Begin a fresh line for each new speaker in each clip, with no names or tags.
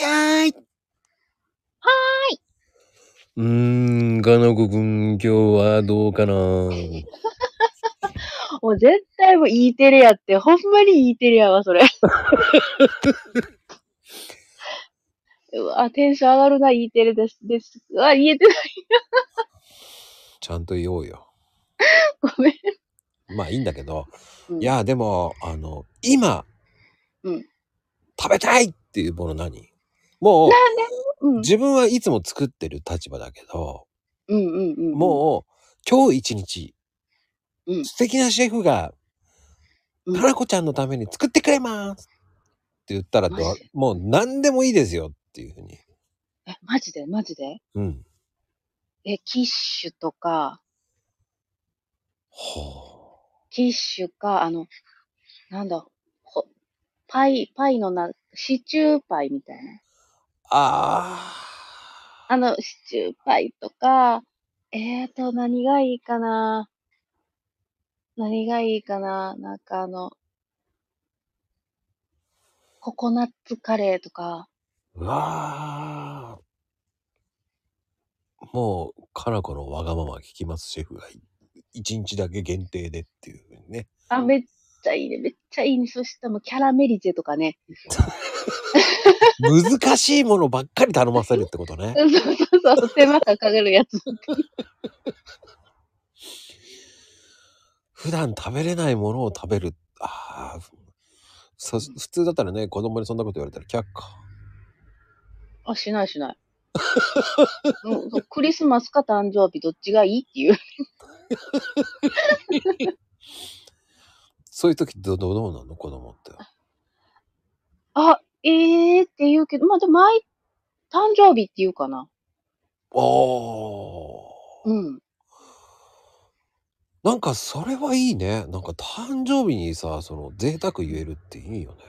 ーい。
はーい。
うーん、かなこくん、今日はどうかな
もう絶対もう E テレやって、ほんまに E テレやわ、それ。うわ、テンション上がるな、E テレです。です。うわ、言えてない。
ちゃんと言おうよ。
ごめん。
まあいいんだけど、
うん
いや、でも、あの、今、
うん
食べたいっていうもの何もう、
うん。うん
自分はいつも作ってる立場だけど、
うんうん。
もう、今日一日、
うん
素敵なシェフが、
うん
花子ちゃんのために作ってくれますって言ったらど
マジ
もう何でもいいですよっていうふうに。
う。え、マジでマジで
うん。
え、キッシュとか、
ほ
キッシュか、あの、なんだ、ほ、パイ、パイのな、シチューパイみたいな。
う。あ
あの、シチューパイとか、えーと、何がいいかな何がいいかななんかあの、ココナッツカレーとか、
ー。うわー。もう、かなこのわがまま聞きますシェフがい、一日だけ限定でっていうふうにね。
あ、めっちゃいいね、めっちゃいいね。そしたらもうキャラメリゼとかね。
難しいものばっかり頼ませるってことね。
そうそうそう、手間がかかるやつ。
普段食べれないものを食べる。ああ。そ普通だったらね、子供にそんなこと言われたら却下。
あ、しないしない。 うんそうクリスマスか誕生日どっちがいいっていう。
そういう時どどどうなの子供って。
あ、ええー、って言うけど、まあ、でも毎、誕生日って言うかな。
おー。
うん。
なんかそれはいいね。なんか誕生日にさ、その贅沢言えるっていいよね。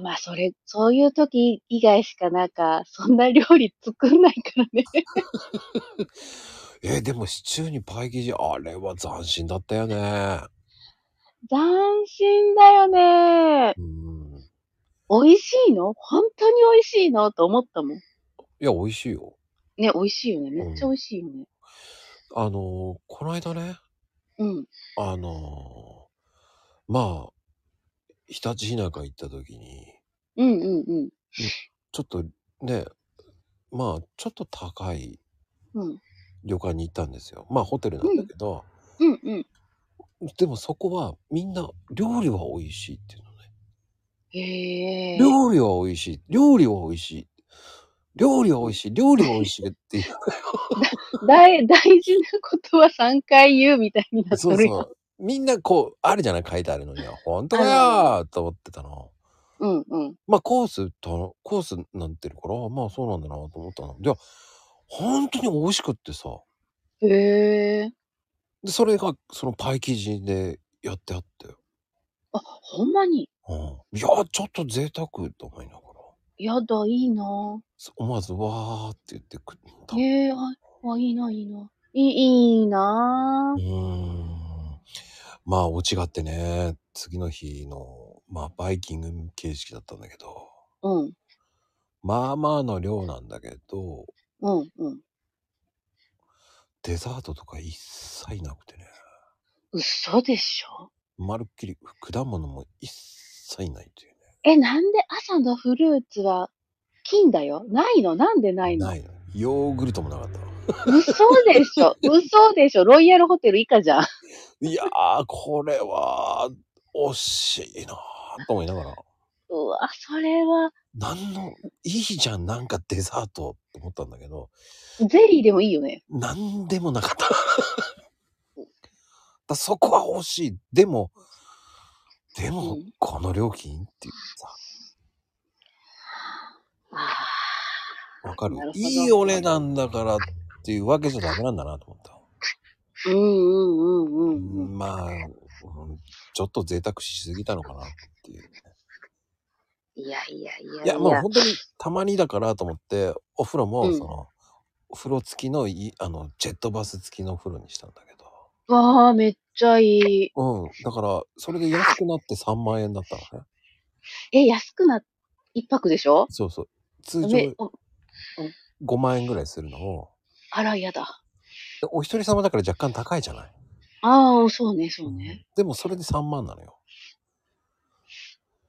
まあ、それ、そういう時以外しかなんか、 そんな料理作んないからね。
えーでもシチューにパイ生地、あれは斬新だったよね。
斬新だよね。
うん。
美味しいの本当に美味しいのと思ったもん。
いや、美味しいよ。
ね、美味しいよね。めっちゃ美味しいよね。
あのーこの間ね、
うん。
あのーまあ、日立ひなか行った時に、
うんうんうん。
ちょっとね、まあ、ちょっと高い
うん。
旅館に行ったんですよ。まあ、ホテルなんだけど、
うんうん。
でもそこはみんな料理は美味しいっていうのね。
へえ。
料理は美味しい。料理は美味しい。料理は美味しい。料理は美味しい っていう。
大、大事なことは3回言うみたいになって
そう
る
そ
よ。
う。みんなこう、あるじゃない書いてあるのには、本当
あ
かよーと思ってたの。
うんうん。
まあコースと、コースなんてるから、まあそうなんだなと思ったの。じゃ本当に美味しくってさ。
へえ。
で、それがそのパイ生地でやってあって。
あ、ほんまに。
うん。いやー、ちょっと贅沢と思いながら、
やだ、いいな
そう思わずわーって言って食った。
ぁ。
う
へえ、あ、あいいな、いいな。いい、いいなぁ。
ーん。まあ、オチがあってね、次の日の、まあ、バイキング形式だったんだけど、
うん、
まあまあの量なんだけど、
うん、うん。
デザートとか一切なくてね、
嘘でしょ
まるっきり果物も一切ないという
え、なんで朝のフルーツは金だよないのなんでな
ね。
いの
ないの。ヨーグルトもなかったの。
嘘で しょ嘘でしょロイヤルホテル以下じゃん。
いやー、これは、惜しいなーと思いながら、
うわ、それは、
なんの、いいじゃん、なんかデザートと思ったんだけど、
ゼリーでもいいよね。
なんでもなかった。 だそこは欲しい。でも、でも、
うん
この料金っていうさ、
あ
わかる
なるほど
いいお値段だからっていうわけじゃダメなんだなと思った。
あ。うん、うん、う、
うん
うんうん。
んまあ、うんちょっと贅沢しすぎたのかなっていう。
いやいやいや
いや、もう本当にたまにだからと思って、お風呂も、
うん
その、お風呂付きのいい、あの、ジェットバス付きのお風呂にしたんだけど。
わあ、めっちゃいい。
うん。だから、それで安くなって3万円だったのね。
え、安くなっ一泊でしょ
そうそう。通
め
常
お
5万円ぐらいするのを、
あら、嫌だ。
でお一人様だから若干高いじゃない。
ああ、そうね、そうね。
でもそれで3万なのよ。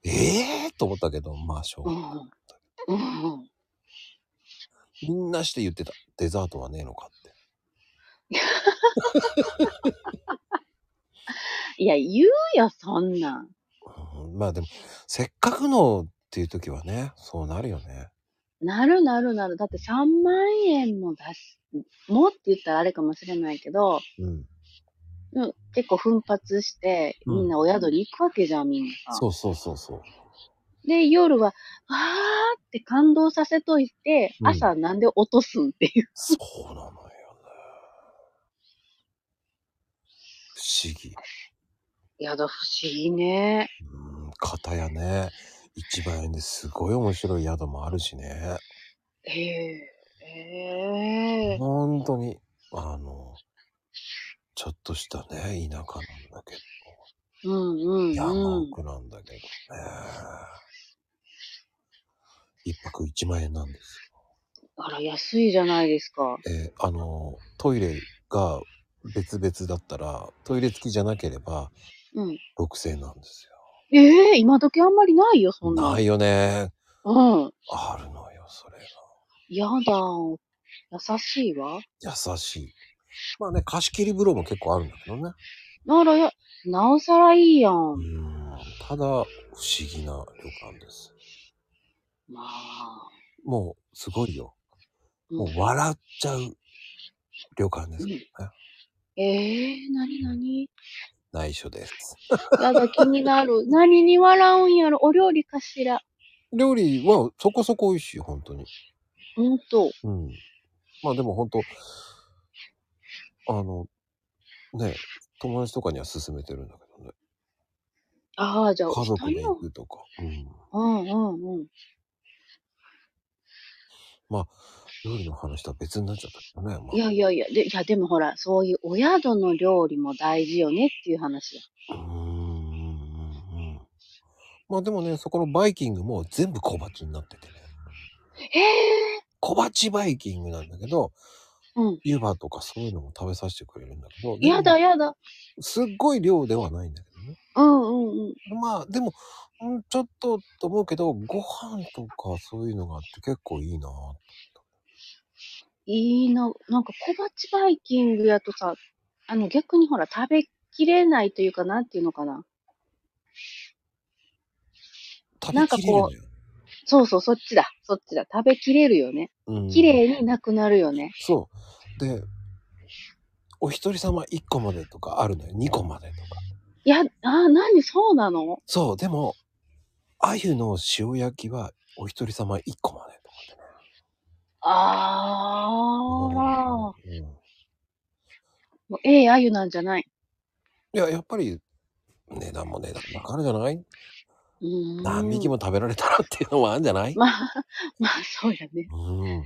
ええと思ったけど、まあしょう
う
が
ん
ない。
うん。うんうん。
みんなして言ってた。デザートはねえのかって。
いや、言うよ、そんなん。
うんまあでも、せっかくのっていう時はね、そうなるよね。
なるなるなる。だって3万円も出す、もって言ったらあれかもしれないけど、
うん。
うん結構奮発して、
うん
みんなお宿に行くわけじゃん、みんなさ。
そうそうそうそう。
で、夜は、わーって感動させといて、
うん
朝なんで落とすんっていう。
そうなのよね。不思議。
いやだ、不思議ね。
うん、片やね、1万円ですごい面白い宿もあるしね。
へえ。へえ。
本当に、あの、ちょっとしたね、田舎なんだけ
うんうん
ど、
う
山
ん。
奥なんだけどね。一泊1万円なんです
あら、安いじゃないですか。
よ。えーあの、トイレが別々だったら、トイレ付きじゃなければ
うん。
6000円なんです
ええ今時あんまりないよ、そ
よ。
んな。
ないよね。
うん。
あるのよ、それが。
やだ。優しいわ。
優しい。まあね、貸し切り風呂も結構あるんだけどね。
ならや、なおさらいいや。
うんん。ただ、不思議な旅館です。
まあ。
もう、すごいよ。
う
も
ん
う笑っちゃう旅館ですけどね。
ええなになに
内緒です。
やだ、気に なる。何に笑うんやろお料理かしら。
料理はそこそこ美味しい、本当に。
ほんと。
うん。まあでも本当、あの、ね、友達とかには勧めてるんだけどね。
ああ、じゃあ、
家族
二
で
人
行
の
くとか。うん。
うんうんうん。
料理の話とは別になっちゃったけどね。まあ
いやいやいや、でいやでもほら、そういうお宿の料理も大事よねっていう話や。
うーんまあでもね、そこのバイキングも全部小鉢になっててね。
へえ
小鉢バイキングなんだけど、
うん。
湯葉とかそういうのも食べさせてくれるんだけど、
やだ
で
やだ。
もすっごい量ではないんだけどね。
うんうんうん。
まあでも、うんちょっとと思うけど、ご飯とかそういうのがあって結構いいなぁ
いいな。なんか小鉢バイキングやとさ、あの逆にほら、食べきれないというかなんていうのかな。
食
な
べ
んか
きれる
こ
の
う
よ。
そうそう、そっちだ。そっちだ。食べきれるよね。
うん
綺麗になくなるよね。
そう。で、お一人様1個までとかあるのよ。2個までとか。
いや、あー、何そうなの
そう、でも、鮎の塩焼きはお一人様1個までと
あ
か
あ。
ね。うん
もうええ、あゆなんじゃない。
いや、やっぱり値段も値段だからじゃないう
ーん。
何匹も食べられたらっていうのもあるんじゃない
まあ、まあ、そうやね。
うん。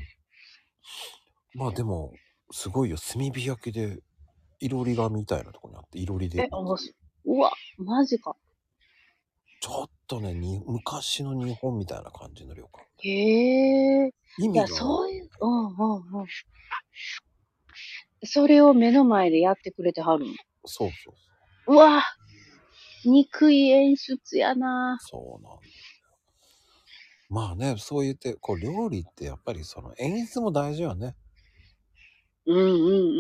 まあでも、すごいよ。炭火焼きで、いろりがみたいなとこにあって、いろりで
え、。面白い。うわ、マジか。
ちょっとねに、昔の日本みたいな感じの旅館。
へえ。
意
い
味
や、
が
そういう、うんうんうん。それを目の前でやってくれてはるの。
そうそう
うわ、憎い演出やな。
そう。そうなんだよ。まあね、そう言って、こう、料理ってやっぱりその演出も大事よね。
うんう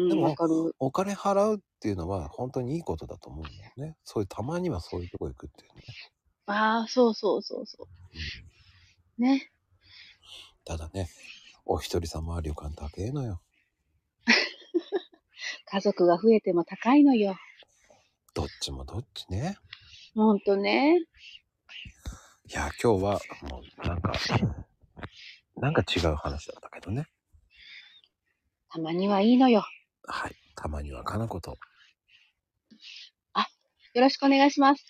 ん
で
うん、
も
わかる。
お金払うっていうのは本当にいいことだと思うんだよね。そういう、たまにはそういうとこ行くっていうね。
ああ、そうそうそうそう。ね。
ただね、お一人様は旅館高えのよ。
家族が増えても高いのよ。
どっちもどっちね。
ほんとね。
いや、今日はもうなんか、なんか違う話だったけどね。
たまにはいいのよ。
はい。たまにはかなこと。
よろしくお願いします。